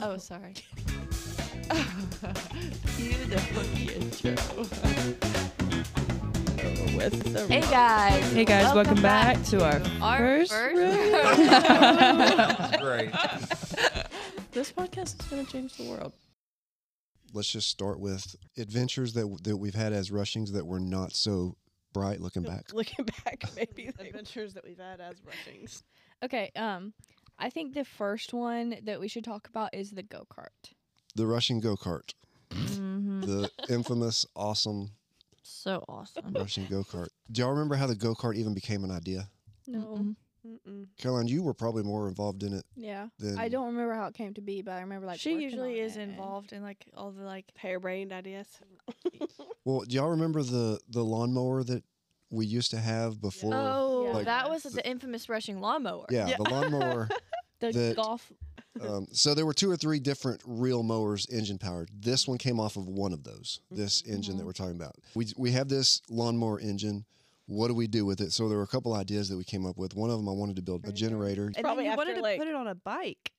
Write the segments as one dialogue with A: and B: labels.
A: Oh, sorry. you the fucking intro.
B: Oh,
A: Over with the
C: Hey guys.
D: Hey guys, welcome, back, to our
C: Our
D: first,
C: first
D: room.
E: That's great.
A: This podcast is going to change the world.
E: Let's just start with adventures that that we've had as rushings that were not so bright looking back.
B: Looking back, maybe they were.
F: adventures that we've had as rushings.
C: Okay, um, I think the first one that we should talk about is the go kart.
E: The rushing go kart, the infamous, awesome
D: Mm-hmm. so awesome.
E: rushing go kart. Do y'all remember how the go kart even became an idea?
C: No,
F: Mm-mm.
E: Caroline, you were probably more involved in it
C: yeah,
E: than
C: I don't remember how it came to be, but I remember like
D: she
C: working
D: usually
C: on
D: is
C: it and-
D: involved in like all the like.
F: Harebrained ideas.
E: Well, do y'all remember the the lawnmower that we used to have before?
D: Oh,
C: like-
D: that was
E: the-
D: the infamous rushing lawnmower.
E: yeah,
F: yeah.
E: the lawnmower.
C: The
E: that-
C: golf.
E: Um, so there were two or three different real mowers, engine powered. This one came off of one of those. This engine that we're talking about. We we have this lawnmower engine. What do we do with it? So there were a couple ideas that we came up with. One of them, I wanted to build a generator.
B: And
F: Probably
B: then you
F: after,
B: wanted to
F: like-
B: put it on a bike.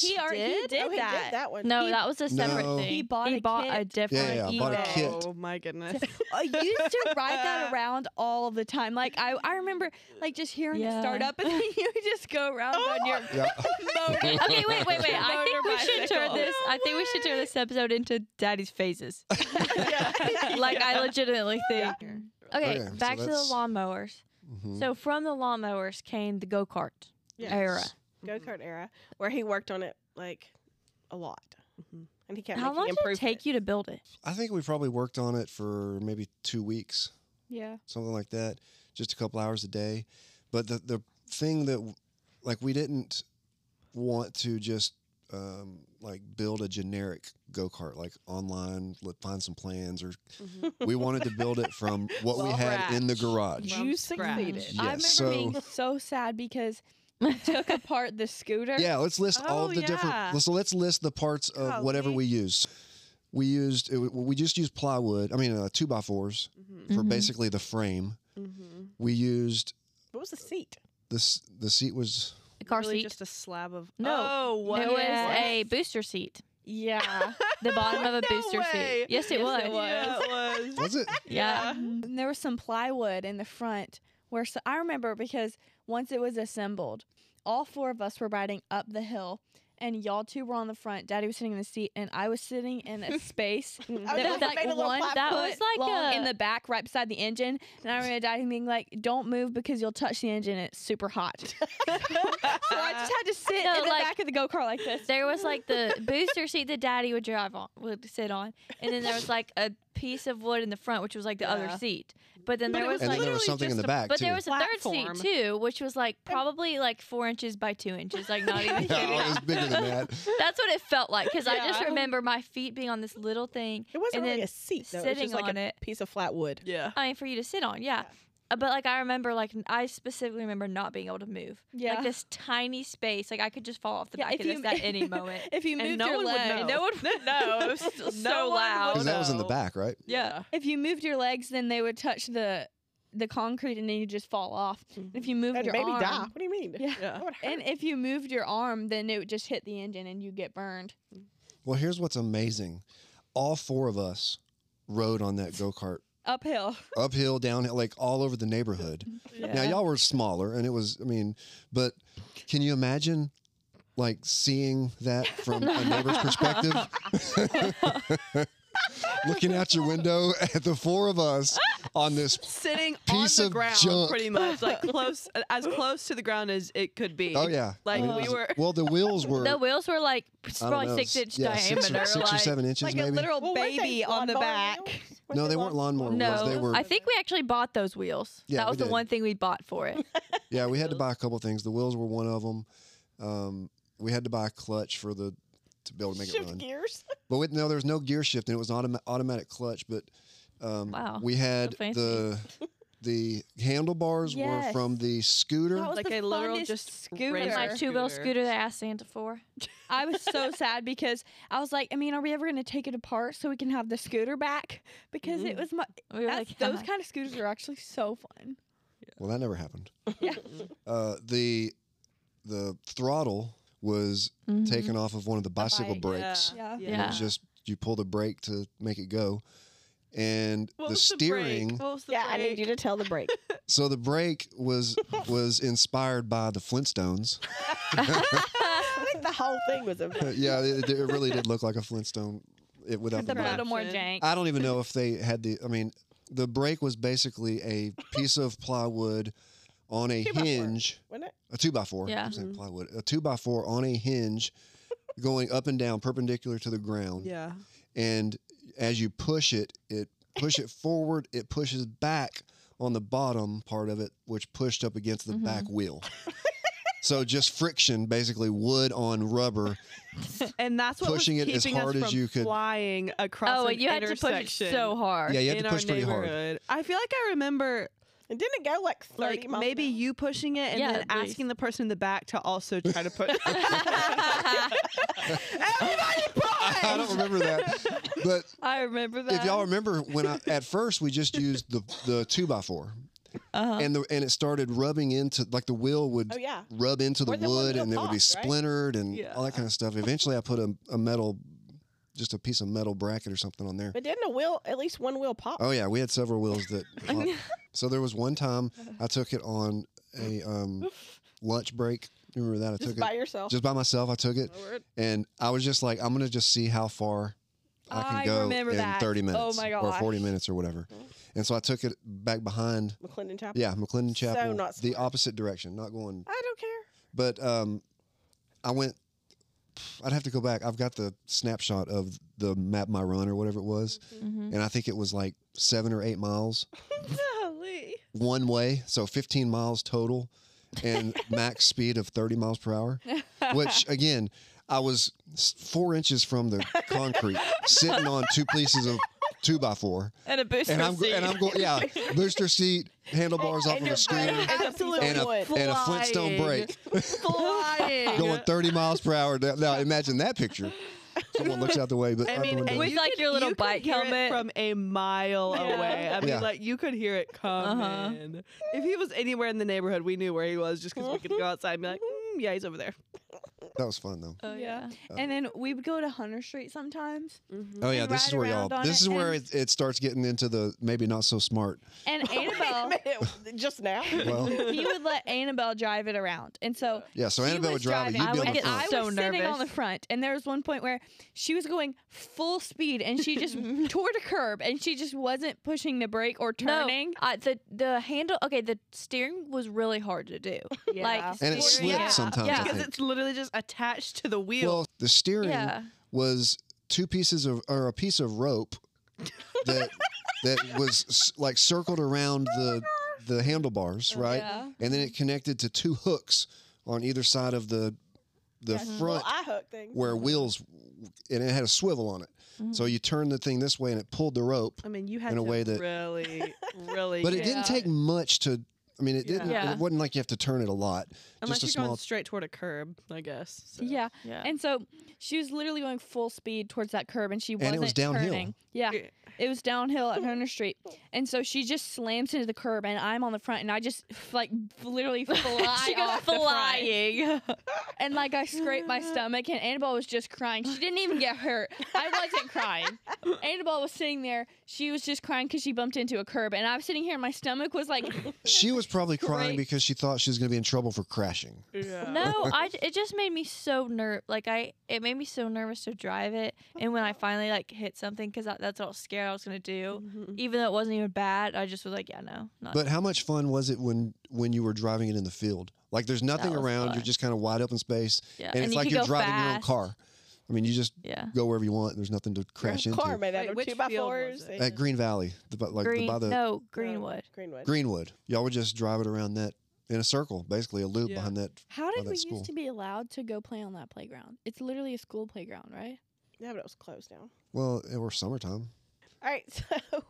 D: he already did,
F: oh, he
D: that.
F: did that one.
C: No,
D: He-
C: that was a separate
E: No.
C: thing.
D: He bought a kit.
C: different.
E: Yeah, I bought a
C: Evo.
E: kit.
F: Oh my goodness.
D: I used to ride that around all the time. Like I, I remember like just hearing it start
C: Yeah.
D: up and then you just go around on your
E: Yeah.
D: motor.
A: Okay, wait, wait, wait. I think we
D: Motor
A: should turn
D: bicycle.
A: this. I think we should turn this episode into Daddy's phases.
F: Yeah.
A: like I legitimately think.
D: Okay,
E: Okay, so
D: back to the
E: that's-
D: lawnmowers.
E: Mhm.
D: So from the lawnmowers came the go kart
F: Yeah.
D: era.
F: Go kart era, where he worked on it like a lot, Mm-hmm. and he kept.
D: How
F: making
D: long did it
F: improvements.
D: take you to build it?
E: I think we probably worked on it for maybe two weeks.
C: Yeah.
E: something like that, just a couple hours a day. But the the thing that like we didn't want to just um, like build a generic go kart like online, let find some plans, or
B: Mm-hmm.
E: we wanted to build it from what we
F: Well,
E: had in the
F: scratch.
E: garage.
B: From
C: You
B: scratch.
C: succeeded.
E: Yeah,
D: I remember
E: so-
D: being so sad because we took apart the scooter.
E: Yeah, let's list all
B: Oh,
E: the
B: yeah.
E: different. So let's list the parts of whatever
B: Golly.
E: we used. We used it, we just used plywood. I mean, uh, two by 4s
F: Mhm.
E: for
B: Mm-hmm.
C: Mhm.
E: basically the frame.
F: Mhm.
E: We used
F: What was the seat?
E: this. The seat was
A: The car
F: really
A: seat.
F: Just a slab of.
A: No.
B: Oh, what?
A: it was
D: Yeah.
A: a booster seat.
D: Yeah.
A: The bottom of a
B: No
A: booster seat.
B: way.
A: Yes, it was.
D: it was.
B: Yeah, it was.
E: was it?
A: Yeah.
D: and there was some plywood in the front where so I remember because once it was assembled, all four of us were riding up the hill and y'all two were on the front. Daddy was sitting in the seat and I was sitting in a space
F: Oh,
D: that
F: yeah,
D: was
F: he
D: like
F: made a little
D: one
F: platform.
D: that
A: That
D: was
A: was like
D: long in
A: a-
D: the back right beside the engine. And I remember Daddy being like, Don't move because you'll touch the engine, it's super hot. so I just had to sit
A: No,
D: in the
A: like-
D: back of the go kart like this.
A: There was like the booster seat that Daddy would drive on, would sit on, and then there was like a piece of wood in the front, which was like the
F: Yeah.
A: other seat. But then
B: But
A: there
B: it
A: was,
B: was
E: and
A: like,
E: then there was
B: literally
E: something in
B: just a-
E: the back
A: but
E: too.
A: there was a third
B: platform.
A: seat too, which was like probably like four inches by two inches, like not even
E: yeah,
A: kidding.
E: it was bigger than that.
A: That's what it felt like because I just
D: Yeah.
A: remember my feet being on this little thing.
F: It wasn't
A: and
F: really
A: then
F: a seat though. it
A: sitting
F: was just like
A: on
F: a
A: it.
F: piece of flat wood.
B: Yeah.
A: I mean, for you to sit on, yeah. Uh, But like I remember, like n- I specifically remember not being able to move.
D: Yeah.
A: like this tiny space. Like I could just fall off the
D: Yeah,
A: back
D: if
A: of this
D: you-
A: at any moment.
D: If you
A: And
D: moved
A: no
D: your
A: one would know.
D: leg,
A: No one would know. It was
B: No
A: so
B: one
A: loud.
B: would
E: Because that was in the
B: know.
E: back, right?
B: Yeah.
D: if you moved your legs, then they would touch the the concrete and then you just fall off. And If you moved
F: And
D: your
F: maybe
D: arm,
F: die. What do you mean?
D: Yeah.
B: Yeah.
F: That would hurt.
D: and if you moved your arm, then it would just hit the engine and you get burned.
E: Well, here's what's amazing. All four of us rode on that go kart
D: Uphill.
E: uphill, downhill, like all over the neighborhood. Now y'all were smaller, and it was, I mean, but can you imagine? Like seeing that from a neighbor's perspective, looking out your window at the four of us on this.
B: Sitting
E: Piece
B: on the
E: of
B: ground,
E: junk.
B: pretty much, like close as close to the ground as it could be.
E: Oh yeah,
B: Like, we
E: it was-
B: were-
E: Well, the wheels were
A: The wheels were like p-
E: I don't
A: probably
E: know,
A: six
E: s-
A: inch
E: yeah,
A: diameter.
E: six or, six
A: like,
E: or seven inches,
D: like a
E: maybe.
D: literal
F: Well, weren't they
D: baby on the
F: lawnmower
D: back.
F: wheels?
E: No, they weren't lawnmower wheels.
A: No,
E: They were.
A: I think we actually bought those wheels.
E: Yeah,
A: that
E: we
A: was the
E: did.
A: one thing we bought for it.
E: yeah, we had to buy a couple things. The wheels were one of them. Um, we had to buy a clutch for the to be able to make it
F: Shift
E: run.
F: gears.
E: But with, no, there was no gear shift, and it was an automa- automatic clutch. But um,
A: Wow,
E: we had
A: fancy.
E: the the handlebars were
D: Yes.
E: from the scooter.
D: That was
B: Like
D: the
B: a literal
D: funnest
B: just
D: scooter.
B: race.
A: My
B: Like,
A: two wheel
B: Scooter.
A: scooter that I asked Santa for.
D: I was so sad because I was like, I mean, are we ever going to take it apart so we can have the scooter back? Because it was my
A: We were
D: that's-
A: Mm-hmm. like,
D: those
A: "Huh."
D: kind of scooters are actually so fun.
E: well, that never happened.
D: Yeah.
E: Uh, the the throttle was taken off of one of the bicycle
D: bike,
E: brakes.
D: Yeah.
E: And
A: Mm-hmm. Yeah.
E: It's just you pull the brake to make it go. And
B: What
E: the
B: was the brake?
E: steering,
B: What was the
F: Yeah, I need
B: brake?
F: you to tell the break.
E: so the brake was was inspired by the Flintstones.
F: I think the whole thing was a
E: yeah, it, it really did look like a Flintstone it, without the
C: a
B: Right.
E: brake.
C: little more
B: Corruption.
C: jank.
E: I don't even know if they had the. I mean, the brake was basically a piece of plywood on a
F: Two by four.
E: hinge,
F: wasn't it?
E: a two by four.
A: Yeah.
E: I'm saying plywood, a two by four on a hinge, going up and down perpendicular to the ground.
B: Yeah.
E: And as you push it, it push it forward. It pushes back on the bottom part of it, which pushed up against the
C: Mhm.
E: back wheel. so just friction, basically wood on rubber.
B: And that's what
E: Pushing
B: was
E: it as
B: keeping us
E: hard as
B: from
E: you could.
B: flying across
A: Oh,
B: an
A: and you had to push
B: intersection
A: it so hard.
E: Yeah, you had
B: in
E: to
B: our
E: push pretty hard.
B: neighborhood. I feel like I remember
F: And didn't it go like 30
B: like
F: miles
B: maybe
F: an hour?
B: you pushing it and
A: Yeah,
B: then
A: at least.
B: asking the person in the back to also try to push.
F: Everybody
E: I don't remember that, but
C: I remember that.
E: If y'all remember, when I, at first we just used the the two by 4
B: Uh-huh.
A: Uh-huh.
E: and the and it started rubbing into like the wheel would
F: Oh yeah.
E: rub into the
F: Or the one
E: wood
F: little
E: and it would be
F: box, right?
E: splintered and
B: Yeah.
E: all that kind of stuff. Eventually, I put a, a metal, just a piece of metal bracket or something on there.
F: But didn't a wheel at least one wheel pop?
E: Oh yeah, we had several wheels that. popped. so there was one time I took it on a um, lunch break. You remember that I
F: Just
E: took
F: by
E: it
F: yourself.
E: just by myself. I took it and I was just like, I'm gonna just see how far I can
C: I
E: go
C: remember
E: in
C: that.
E: 30
C: Oh
E: minutes
C: my
E: or 40
C: gosh.
E: minutes or whatever. And so I took it back behind,
F: McClendon Chapel.
E: yeah, McClendon
F: So
E: Chapel,
F: not
E: the
F: smart.
E: opposite direction, not going.
F: I don't care.
E: But um, I went. I'd have to go back. I've got the snapshot of the map my run or whatever it was,
B: Mm-hmm.
A: Mhm.
E: and I think it was like seven or eight miles
B: Golly.
E: one way, so 15 miles total, and max speed of 30 miles per hour. Which again, I was s- four inches from the concrete, sitting on two pieces of two by four,
C: and a booster
E: and I'm go- and I'm going, yeah, booster seat, handlebars off of a scooter,
F: Absolutely
E: and a
F: would.
E: and a Flintstone
B: Flying.
E: brake,
B: Flying.
E: going 30 miles per hour. down- Now imagine that picture. Someone looks out the way, but
B: I
E: out the
B: mean,
E: window.
B: and
A: With,
B: you
A: like,
B: could-
A: your little
B: you could
A: bike
B: hear it
A: helmet.
B: from a mile away. I mean,
E: Yeah.
B: like you could hear it coming. If he was anywhere in the neighborhood, we knew where he was just because we could go outside and be like, mm, "Yeah, he's over there."
E: that was fun though.
A: Oh, yeah.
D: And then we would go to Hunter Street sometimes.
B: Mm-hmm.
E: Oh yeah,
D: and
E: this is
D: ride
E: where
D: around
E: y'all.
D: on
E: This
D: it
E: is where
D: and-
E: it, it starts getting into the maybe not so smart.
D: And Annabelle,
F: Oh, Wait a minute, just now.
E: Well,
D: he would let Annabelle drive it around. And so
E: yeah. So
D: She
E: Annabelle
D: was
E: would drive it.
D: driving.
E: You'd be
A: I would
E: on the
A: get
E: front.
D: I
A: so
D: was sitting on the
A: nervous.
D: front, and there was one point where she was going full speed, and she just tore the curb, and she just wasn't pushing the brake or turning.
A: No, I, the the handle. Okay, the steering was really hard to do. Like,
E: and it
A: steering-
E: slipped sometimes.
A: Yeah.
E: I
B: Because
E: think.
B: it's literally just attached to the wheel.
E: Well, the steering
A: Yeah.
E: was two pieces of or a piece of rope that that was s- like circled around the the handlebars, right?
C: Yeah.
E: And then it connected to two hooks on either side of the the
F: Well,
E: front
F: I hook thing.
E: where wheels and it had a swivel on it.
A: Mm-hmm.
E: So you turn the thing this way and it pulled the rope.
A: Oh,
B: I mean, you had
E: in a
B: to
E: way that-
B: really, really.
E: But it
B: get
E: didn't
B: out.
E: take much to I mean it didn't
A: Yeah.
E: it wasn't like you have to turn it a lot.
B: Unless
E: just a
B: you're
E: small
B: going straight toward a curb, I guess. so.
D: Yeah.
A: Yeah.
D: And so she was literally going full speed towards that curb, and she
E: And
D: wasn't
E: it was downhill.
D: turning. Yeah,
B: Yeah.
D: it was downhill at Hunter Street, and so she just slams into the curb, and I'm on the front, and I just like literally fly
A: she goes
D: off the front.
A: flying.
D: and like I scraped my stomach, and Annabelle was just crying. She didn't even get hurt. I wasn't crying. Annabelle was sitting there. She was just crying because she bumped into a curb, and I was sitting here, and my stomach was like,
E: She was probably crying
D: Great.
E: because she thought she was going to be in trouble for crashing.
B: Yeah.
A: no, I j- it just made me so nerve. Like I, it made me so nervous to drive it. And when I finally like hit something, because that's what I was scared I was gonna do,
B: Mm-hmm.
A: even though it wasn't even bad, I just was like, yeah, no, not.
E: But how much fun was it when when you were driving it in the field? Like there's nothing
A: was
E: around,
A: fun.
E: you're just kind of wide open space,
A: yeah,
E: and, it's
A: you
E: like
A: could
E: you're
A: go
E: driving your own
A: fast.
E: car. I mean, you just
A: Yeah.
E: go wherever you want. There's nothing to crash into. Uh,
F: car made
B: Wait,
F: out of
B: which
F: two by
B: field
F: fours.
B: was it?
F: and-
E: At Green Valley, the, bu- like
A: Green,
E: the, by the
A: no, Greenwood.
F: Greenwood.
E: Greenwood, y'all would just drive it around that in a circle, basically a loop
B: Yeah.
E: behind that.
D: "How
E: Oh,
D: did we
E: that's cool.
D: used to be allowed to go play on that playground? It's literally a school playground, right?"
F: Yeah, but it was closed down.
E: Well, it were summertime.
F: All right, so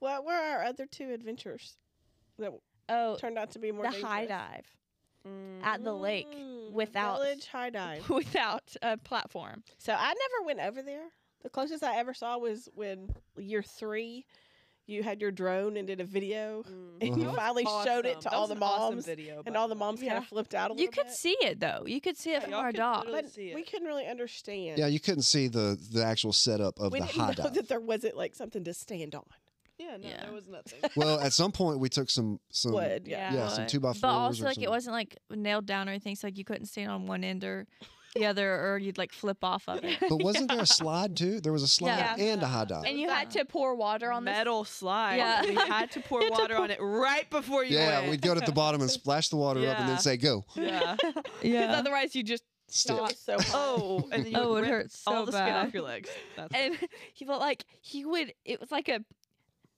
F: what were our other two adventures that
D: Oh,
F: turned out to be more
D: the
F: dangerous?
D: high dive at the lake
F: Mm,
D: without-
F: village high dive.
D: without a platform.
F: So I never went over there. The closest I ever saw was when year three, you had your drone and did a video,
B: Mm.
F: and
E: Mhm.
F: you finally showed it to
B: That
F: all
B: was
F: the
B: an awesome
F: moms,
B: video, by
F: and all
B: the
F: the
B: way.
F: moms kind
D: Yeah.
F: of flipped out a little.
A: You could
F: bit.
A: see it though. You could see it
B: Yeah,
A: from
B: y'all
A: our
B: could
A: dock.
B: literally-
F: but
B: see
F: we
B: it.
F: couldn't really understand.
E: Yeah, you couldn't see the the actual setup of
F: we
E: the
F: didn't
E: high
F: know
E: dive.
F: that there wasn't like something to stand on.
B: Yeah, no,
A: Yeah.
B: there was nothing.
E: well, at some point we took some some
F: Wood, yeah.
E: yeah, some
A: But-
E: two by fours.
A: But also
E: or
A: like
E: some,
A: it wasn't like nailed down or anything, so like you couldn't stand on one end or the other, or you'd like flip off of it.
E: But wasn't there a slide too? There was a slide
A: Yeah.
E: and a high dive.
D: and you had to pour water on the
B: metal slide.
A: Yeah.
B: and You had to pour water on it right before you
E: yeah, we'd
B: went.
E: go to the bottom and splash the water up, and
B: Yeah.
E: then say go
B: yeah.
D: because otherwise you just
E: stick.
F: It was so hard.
B: Oh, and then you
A: Oh,
B: would
A: it
B: rip
A: hurts so
B: all the skin
A: bad.
B: off your legs. That's
D: and he felt like he would it was like a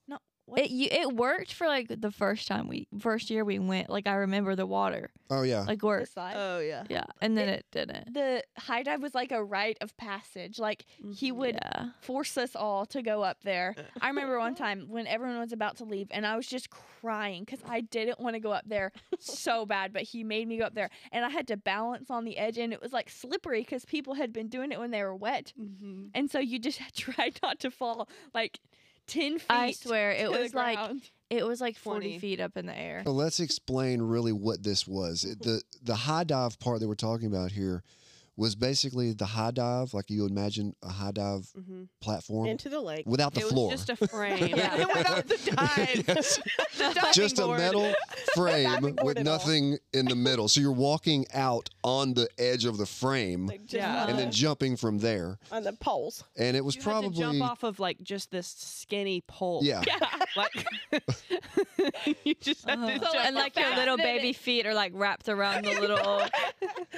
D: no what
A: It you, it worked for like the first time we first year we went. Like I remember the water
E: Oh yeah,
A: like worked.
D: the slide
B: oh yeah.
A: Yeah, and then it, didn't.
D: Uh, the high dive was like a rite of passage like he would
A: yeah.
D: force us all to go up there
A: Uh.
D: i remember one time when everyone was about to leave and i was just crying because i didn't want to go up there so bad but he made me go up there and i had to balance on the edge and it was like slippery because people had been doing it when they were wet
B: Mhm.
D: and so you just tried not to fall like 10 feet
A: I swear
D: to
A: it
D: the
A: was like
D: ground.
A: it was like
B: 20.
A: forty feet up in the air.
E: So let's explain really what this was. It- The the high dive part that we're talking about here was basically the high dive, like you imagine a high dive
B: Mhm.
E: platform
F: into the lake.
E: without the
B: it
E: floor.
B: was just a frame.
A: Yeah.
B: Without the dive.
E: Yes.
B: The diving
E: Just a
B: board.
E: metal
F: Diving
E: frame
F: board
E: with
F: at all.
E: nothing in the middle. So you're walking out on the edge of the frame
F: Like just
B: Yeah.
F: on,
E: and then
F: the,
E: jumping from there.
F: on the poles.
E: And it
B: uh,
E: was
B: You had to
E: probably
B: jump off of like just this skinny pole.
E: yeah.
B: Like you just had to
A: Uh-huh.
B: jump
A: and
B: off
A: like your
B: that.
A: little
D: that
A: baby feet are like wrapped around the little.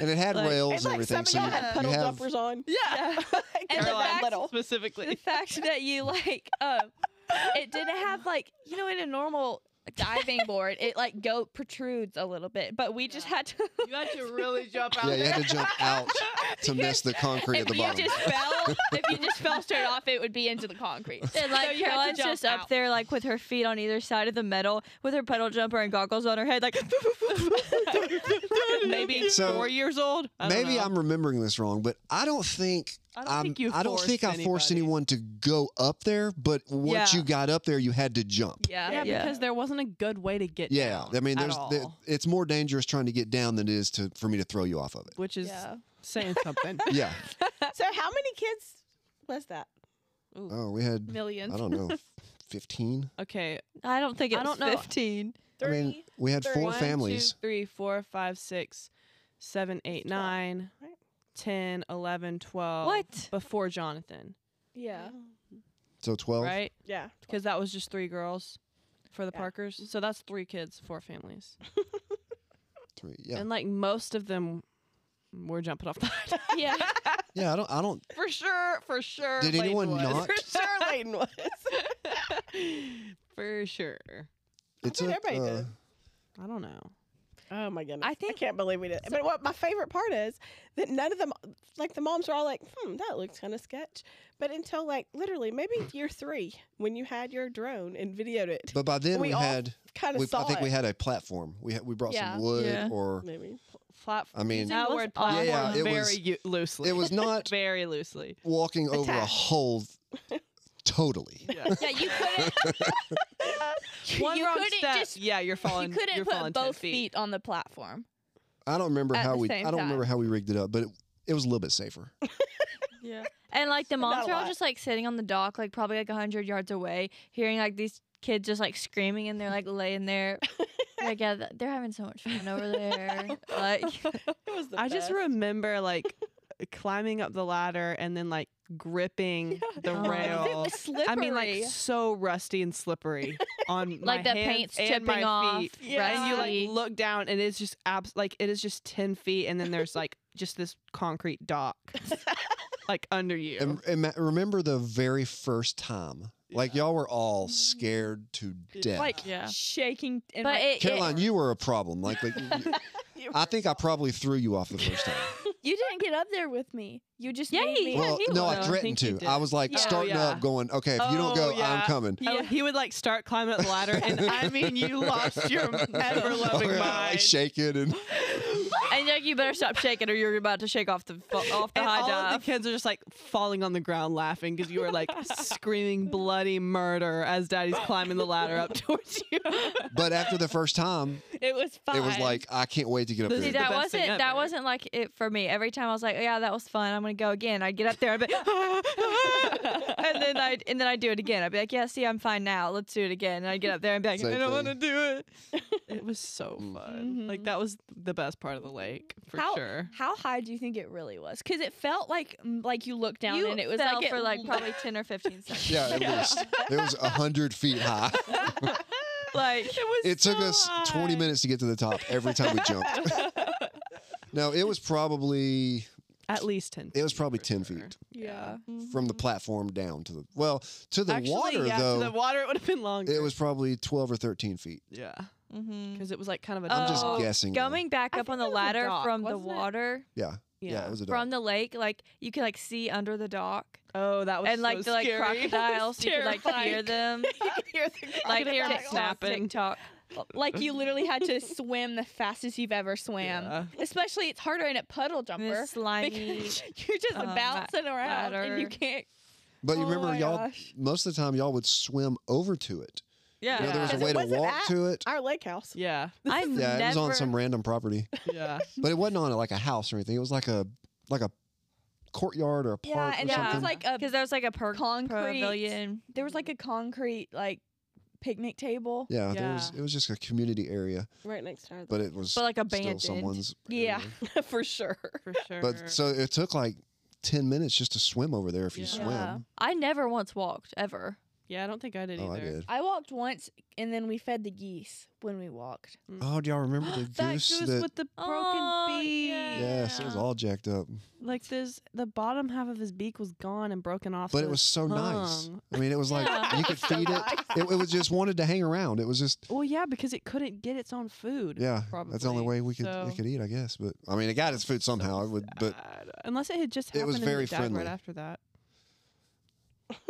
E: And it had
A: Like-
E: rails
F: And
E: and,
F: like some
E: everything.
F: of
E: So
F: y'all
E: you,
F: had
E: you
F: puddle
E: have
F: jumpers on.
B: Yeah.
D: And the
B: Caroline
D: back-
F: little.
D: the
B: specifically.
D: fact that you like
A: uh,
D: um it didn't have like you know in a normal diving board it like go protrudes a little bit but we just had to
B: You had to really jump out
E: yeah, you
B: there.
E: had to jump out to miss the concrete at
D: if
E: the
D: you
E: bottom.
D: just fell if you just fell straight off it would be into the concrete
A: And like
D: So you had to
A: Caroline's
D: jump
A: just up
D: out.
A: there, like with her feet on either side of the metal, with her puddle jumper and goggles on her head, like.
B: Maybe
E: So,
B: four years old. I don't
E: Maybe
B: know.
E: I'm remembering this wrong, but I don't think
B: I don't
E: I'm-
B: think you.
E: I don't think I forced
B: anybody.
E: anyone to go up there, but once
B: Yeah.
E: you got up there, you had to jump.
D: yeah,
B: Yeah,
A: Yeah.
B: because there wasn't a good way to get.
E: Yeah,
B: down
E: I mean,
B: at
E: there's
B: all,
E: the, it's more dangerous trying to get down than it is to for me to throw you off of it.
B: which is
D: Yeah.
B: saying something.
E: Yeah.
F: So how many kids was that?
E: Oh, we had
D: millions
E: I don't know, fifteen.
B: okay,
A: I don't think it
B: I
A: was
B: don't know.
A: fifteen.
E: I mean, we had
F: Three.
E: four
B: One, two,
E: families.
B: three, four, five, six, seven, eight,
F: Twelve,
B: nine,
F: right?
B: 10, 11, 12.
A: What?
B: Before Jonathan,
D: yeah
E: So twelve.
B: right?
F: Yeah.
B: Because that was just three girls for the
F: Yeah.
B: Parkers. So that's three kids, four families,
E: Three. Yeah.
B: and like most of them were jumping off the high dive.
D: yeah
E: Yeah. I don't. I don't.
B: for sure, for sure.
E: Did
B: Layden
E: anyone
B: was.
E: not?
F: Sure, Layden was.
B: for sure.
E: It's
F: think
E: a.
F: everybody
E: uh,
F: did.
B: I don't know.
F: Oh my goodness!
D: I
F: I think
D: think-
F: I can't believe we did. but what my favorite part is that none of them, like the moms, are all like, "Hmm, that looks kind of sketch." But until like literally maybe year three, when you had your drone and videoed it,
E: but by then
F: We
E: we,
F: all
E: had.
F: kind
E: We,
F: of saw
E: I think
F: it.
E: we had a platform. We had, we brought
D: Yeah.
E: some wood
A: Yeah.
E: or.
F: maybe.
B: Platform.
E: I mean,
B: using
A: That
B: the
A: was
B: word
A: awful.
B: platform
A: Yeah,
E: it
B: very
E: was-
B: u- loosely.
E: it was not
B: very loosely.
E: walking over a
F: Attached.
E: hole. Totally.
D: yeah you couldn't
B: One
D: you
B: wrong
D: couldn't
B: step.
D: just
B: yeah, you're falling.
D: you couldn't
B: you're falling
D: put
B: 10
D: both
B: feet.
D: feet. on the platform
E: I don't remember
D: At
E: how
D: the
E: we. I
D: same
E: don't
D: time.
E: remember how we rigged it up, but it, it was a little bit safer.
A: Yeah. And like the
F: Not
A: moms
F: a
A: are all
F: lot.
A: just like sitting on the dock, like probably like hundred yards away, hearing like these kids just like screaming, and they're like laying there. like yeah, th- they're having so much fun over there. Like
F: It was the
B: I just
F: best.
B: remember like climbing up the ladder and then like gripping the
A: Oh.
B: rail.
D: slippery
B: I mean, like so rusty and slippery on
A: like
B: my
A: the
B: hands
A: paint's
B: and
A: chipping
B: my
A: off.
B: feet.
A: Yeah.
B: And you like look down and it's just abs like it is just ten feet and then there's like just this concrete dock like under you.
E: And, and ma- remember the very first time, like y'all were all scared to death.
D: like
A: Yeah.
D: shaking and
A: but
D: like,
A: it,
E: Caroline,
A: it,
E: you were a problem. Like, like you-
F: You
E: I
F: were-
E: think I probably threw you off the first time.
D: you didn't get up there with me you just
A: Yeah,
D: made
A: he-
D: me
A: yeah,
E: well,
A: he
E: no,
A: was.
E: I
B: No, I
E: threatened
B: think you
E: to.
B: did.
E: I was like
B: Yeah.
E: starting
B: Oh, yeah.
E: up, going, "Okay, if you don't go,
B: Oh, yeah.
E: I'm coming."
B: Oh, he would like start climbing up the ladder, and I mean, you lost your ever
E: Oh,
B: loving
E: yeah, I, like
B: mind.
E: shaking and
A: and like you better stop shaking, or you're about to shake off the fu- off the
B: And
A: high
B: all of
A: dive.
B: the kids are just like falling on the ground laughing because you are like screaming bloody murder as daddy's climbing the ladder up towards you.
E: But after the first time,
D: It was fine.
E: it was like I can't wait to get up
B: This
A: See,
B: is
E: here.
B: the
A: that
B: best thing
A: wasn't that
B: ever.
A: wasn't like it for me. Every time I was like, oh, "Yeah, that was fun. I'm gonna go again." I'd get up there, I'd be, and then I and then I'd do it again. I'd be like, "Yeah, see, I'm fine now. Let's do it again." And I'd get up there and be like,
E: Same
A: "I don't want
E: thing.
A: to do it."
B: It was so
E: Mm.
B: fun. Like that was the best part of the lake for
D: How-
B: sure.
D: how high do you think it really was? Because it felt like mm, like you looked down
A: you
D: and it was
A: fell
D: like it
A: for like
D: l-
A: probably ten or fifteen seconds.
E: Yeah, at least it was hundred feet high.
A: Like
E: It took us twenty minutes to get to the top every time we jumped. no, it was probably
B: At least ten.
E: it was
B: feet
E: probably
B: for
E: ten
B: sure.
E: feet
B: Yeah.
E: from the platform down to the well to the
B: Actually,
E: water
B: yeah, to
E: though.
B: the water it would have been longer.
E: it was probably twelve or thirteen feet.
B: yeah,
A: hmm
B: because it was like kind of a.
A: I'm
E: just
B: dock.
A: Oh,
E: guessing. though.
A: going back
B: I
A: up on
B: think it
A: the
B: was a
A: ladder
B: dock,
A: from the
B: wasn't it?
A: water
E: Yeah, yeah,
B: Yeah.
E: it was a dog.
A: from the lake, like you could like see under the dock,
B: oh, that was
A: and like
B: so
A: the like
B: scary.
A: crocodiles, you could like hear
D: terrifying.
A: them,
D: you could hear the
A: like
D: crocodile
A: tick
B: crocodiles.
A: tock,
B: Snapping.
A: tick tock.
D: like you literally had to swim the fastest you've ever swam.
B: Yeah.
D: Especially it's harder in a puddle
A: And
D: jumper
A: this slimy.
D: because you're just
A: um, la-
D: bouncing around and
A: ladder.
D: you can't.
E: But you
D: Oh
E: remember,
D: my
E: y'all
D: gosh.
E: most of the time y'all would swim over to it.
A: Yeah,
E: You know, there was a
B: Yeah.
E: way to
F: Because it wasn't
E: walk
F: at-
E: to it.
F: Our lake house.
B: Yeah,
A: I've
E: Yeah,
A: never.
E: it was on some random property,
B: yeah.
E: but it wasn't on like a house or anything. It was like a like a courtyard or a park
D: Yeah,
E: or
D: and
A: yeah,
D: there
E: something.
D: was like a
A: because there was like a per-
D: concrete.
A: pavilion.
D: There was like a concrete like picnic table.
E: yeah, there was.
B: Yeah.
E: It was just a community area,
F: Right next to our
E: but it was
A: But, like,
E: still
A: abandoned.
E: someone's.
D: Yeah.
E: area.
F: for sure.
B: For sure.
E: But so it took like ten minutes just to swim over there. If you
B: Yeah.
D: Yeah.
E: swim,
A: I never once walked ever.
B: yeah, I don't think I did
E: oh,
B: either.
E: I did.
D: I walked once and then we fed the geese when we walked.
E: Oh, do y'all remember the
B: that
E: goose? that,
B: with the broken
A: Oh,
B: beak.
A: yeah.
E: yes, it was all jacked up,
B: Like this, the bottom half of his beak was gone and broken off.
E: but
B: with
E: it was
B: his
E: so nice.
B: tongue.
E: I mean, it was like
A: Yeah.
E: you could feed it. it. It was just wanted to hang around. It was just
B: Well, yeah, because it couldn't get its own food.
E: Yeah, that's the only
B: probably.
E: way we could
B: So-
E: it could eat, I guess. But I mean, it got its food somehow. It would, but
B: Sad. unless it had just
E: It
B: happened,
E: was
B: and then
E: very
B: it died
E: friendly.
B: right after that.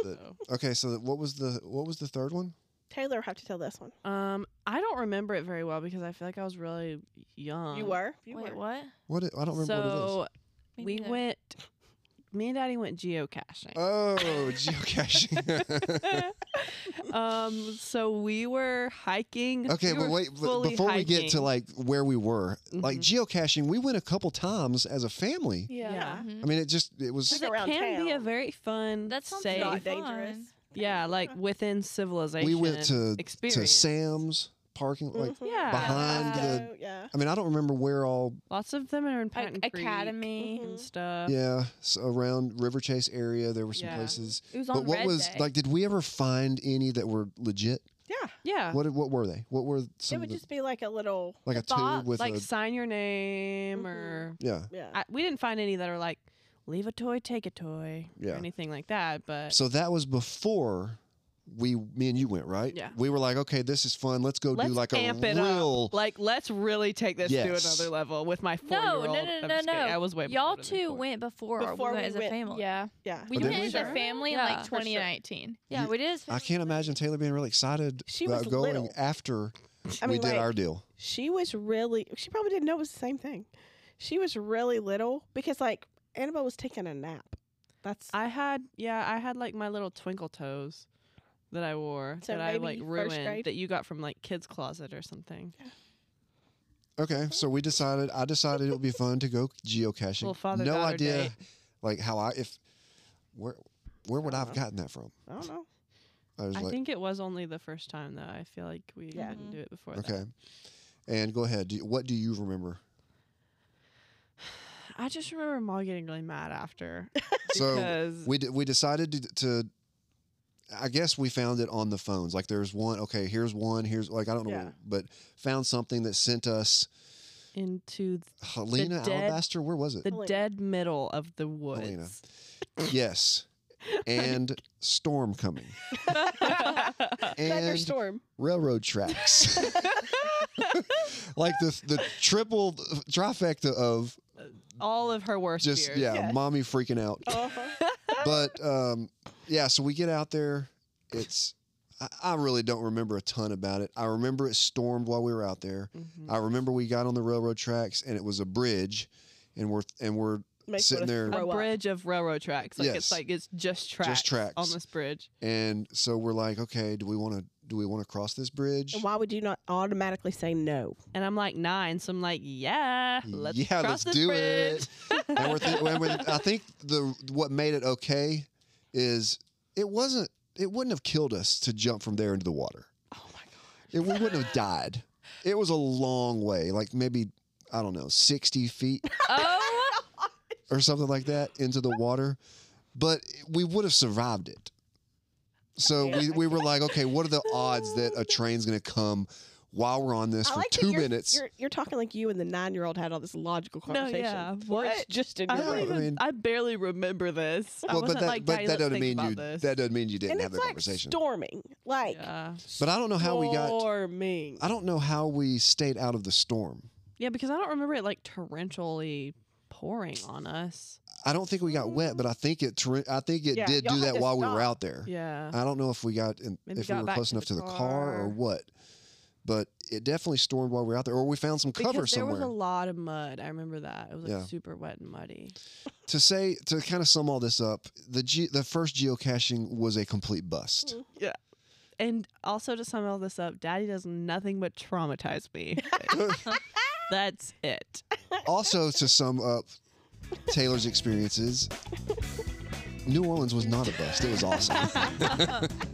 E: But- okay. So that- what was the what was the third one?
F: Taylor will have to tell this one.
B: Um, I don't remember it very well because I feel like I was really young.
F: you were. You
A: Wait,
F: were.
A: what?
E: What it, I don't remember
B: so
E: what
A: Me
B: we
A: neither.
B: went. Me and Daddy went geocaching.
E: it is. Oh, geocaching.
B: um, so we were hiking.
E: okay,
B: we
E: but
B: were
E: wait, but
B: fully
E: before we get
B: hiking.
E: to like where we were, like
B: Mhm.
E: geocaching, we went a couple times as a family.
B: yeah,
E: I mean, it just it was
F: Like
B: 'Cause it
F: around
B: can be a
F: town.
B: very fun,
A: That sounds
B: safe,
A: Not
F: Not
A: dangerous.
F: dangerous.
B: yeah, like within civilization.
E: we went to to
B: experience. Mm-hmm.
E: Sam's parking like.
F: Mhm.
B: Yeah.
E: Behind the-
F: So, yeah.
E: I mean, I don't remember where all,
B: Lots of them are in Patton
D: Like
B: Creek
F: Mm-hmm.
D: academy.
B: and stuff.
E: yeah, so around River Chase area, there were some
B: Yeah.
E: places.
D: It was on
E: But what
D: Red
E: was,
D: Day.
E: like, did we ever find any that were legit?
F: Yeah.
B: Yeah,
E: What what were they? What were
F: It
E: some of
F: would
E: the,
F: just be like a little.
E: like a tube with
B: like
E: a
B: sign your name
F: Mhm.
B: or
E: yeah.
F: Yeah.
B: I, we didn't find any that are like leave a toy, take a toy,
E: Yeah.
B: or anything like that. But
E: So that was before we me and you went right.
B: Yeah.
E: We were like, okay, this is fun. Let's go
B: let's
E: do like a
B: amp it
E: real.
B: up. Like let's really take this
E: Yes.
B: to another level with my four
A: No,
B: year old.
A: no, no, no, no.
B: I was way
A: Y'all
B: older than
A: two
B: four.
A: went before, or
F: Before
A: we went
F: we
A: as a
F: went-
A: family.
D: yeah.
F: yeah.
D: We
E: But
D: went
E: did
D: as
E: we?
D: a family in
A: Yeah.
D: like
A: For sure.
D: 2019.
A: yeah,
E: You-
A: we did. As
E: I can't imagine Taylor being really excited
F: She
E: about
F: was
E: going
F: little.
E: after
F: I
E: we
F: mean,
E: did
F: like,
E: our deal.
F: she was really. She probably didn't know it was the same thing. She was really little because like Annabelle was taking a nap. That's
B: I had yeah, I had like my little twinkle toes that I wore
F: So
B: that I
F: maybe
B: like
F: first
B: ruined
F: grade?
B: that you got from like kids closet or something.
E: Okay, so we decided. I decided it would be fun to go
B: Little
E: geocaching.
B: father
E: no
B: daughter
E: idea,
B: date.
E: like how I if where where would
F: I
E: I
F: don't
E: have
F: know.
E: gotten that from?
F: I don't know.
E: I was
B: Uh-huh. I
E: like,
B: think it was only the first time though. I feel like we
F: Yeah.
B: didn't do it before. that.
E: okay. And go ahead. Do you- what do you remember?
B: I just remember Maul getting really mad after
E: So
B: because
E: we d- we decided to, to I guess we found it on the phones. Like there's one. Okay, here's one. Here's like I don't know,
F: Yeah.
E: what- but found something that sent us
B: into
E: Helena
B: dead-
E: Alabaster. Where was it?
B: the
F: Helena.
B: dead middle of the woods.
E: Helena. yes, and storm coming and
F: Thunderstorm.
E: railroad tracks. like the the triple trifecta of
B: All of her worst
E: just
B: fears.
E: yeah,
F: Yes.
E: mommy freaking out.
F: Uh-huh.
E: But um, yeah, so we get out there. It's I, I really don't remember a ton about it. I remember it stormed while we were out there.
B: Mhm.
E: I remember we got on the railroad tracks and it was a bridge, and we're and we're
F: Makes
E: Sitting
F: me wanna
E: there-
B: a
F: throw up.
B: bridge of railroad tracks. Like
E: Yes.
B: it's like it's just tracks,
E: tracks.
B: on this bridge.
E: and so we're like, okay, do we want to do we want to cross this bridge?
F: And why would you not automatically say no?
B: And I'm like nine, so I'm like, yeah, let's
E: yeah,
B: cross
E: let's
B: this
E: do
B: bridge.
E: it. and we're think- when, when- I think the what made it okay is it wasn't it wouldn't have killed us to jump from there into the water.
F: Oh my god.
E: It, we wouldn't have died. It was a long way, like maybe I don't know, sixty feet
A: Oh,
E: or something like that into the water, but we would have survived it. So
F: Oh
E: we, we were like, okay, what are the odds that a train's going to come while we're on
F: I
E: this for
F: like that
E: two
F: you're-
E: minutes?
F: You're, you're talking like you and the nine year old had all this logical
B: No,
F: conversation.
B: yeah.
F: Where it's
B: What?
F: just in
B: I
F: your
B: don't
E: Yeah, I
F: brain.
B: even. I,
E: mean-
B: barely remember this. I
E: well,
B: wasn't
E: but that,
B: like,
E: but
B: "Daddy,
E: that
B: let's
E: doesn't
B: think
E: mean
B: about
E: you
B: this."
E: that doesn't mean you didn't
F: and
E: have
F: it's
E: the
F: like
E: conversation.
F: storming. Like
B: yeah.
E: But I don't know how we got.
F: storming.
E: I don't know how we stayed out of the storm.
B: yeah, because I don't remember it like torrentially pouring on us.
E: I don't think we got wet, but I
B: Mm.
E: think it. ter- I think it
F: Yeah,
E: did
F: y'all
E: do
F: had
E: that
F: to
E: while we
F: stop.
E: were out there.
B: Yeah.
E: I don't know if we got in,
B: Maybe
E: if we
B: got
E: were
B: back
E: close
B: to
E: enough
B: the
E: to the car
B: car.
E: or what, but it definitely stormed while we were out there, or we found some cover
B: because there
E: somewhere.
B: was a lot of mud. I remember that. It was like
E: Yeah.
B: super wet and muddy.
E: to say to kind of sum all this up, the ge- the first geocaching was a complete bust.
B: And also to sum all this up, Daddy does nothing but traumatize me. That's it.
E: also, to sum up Taylor's experiences, New Orleans was not a bust. It was awesome.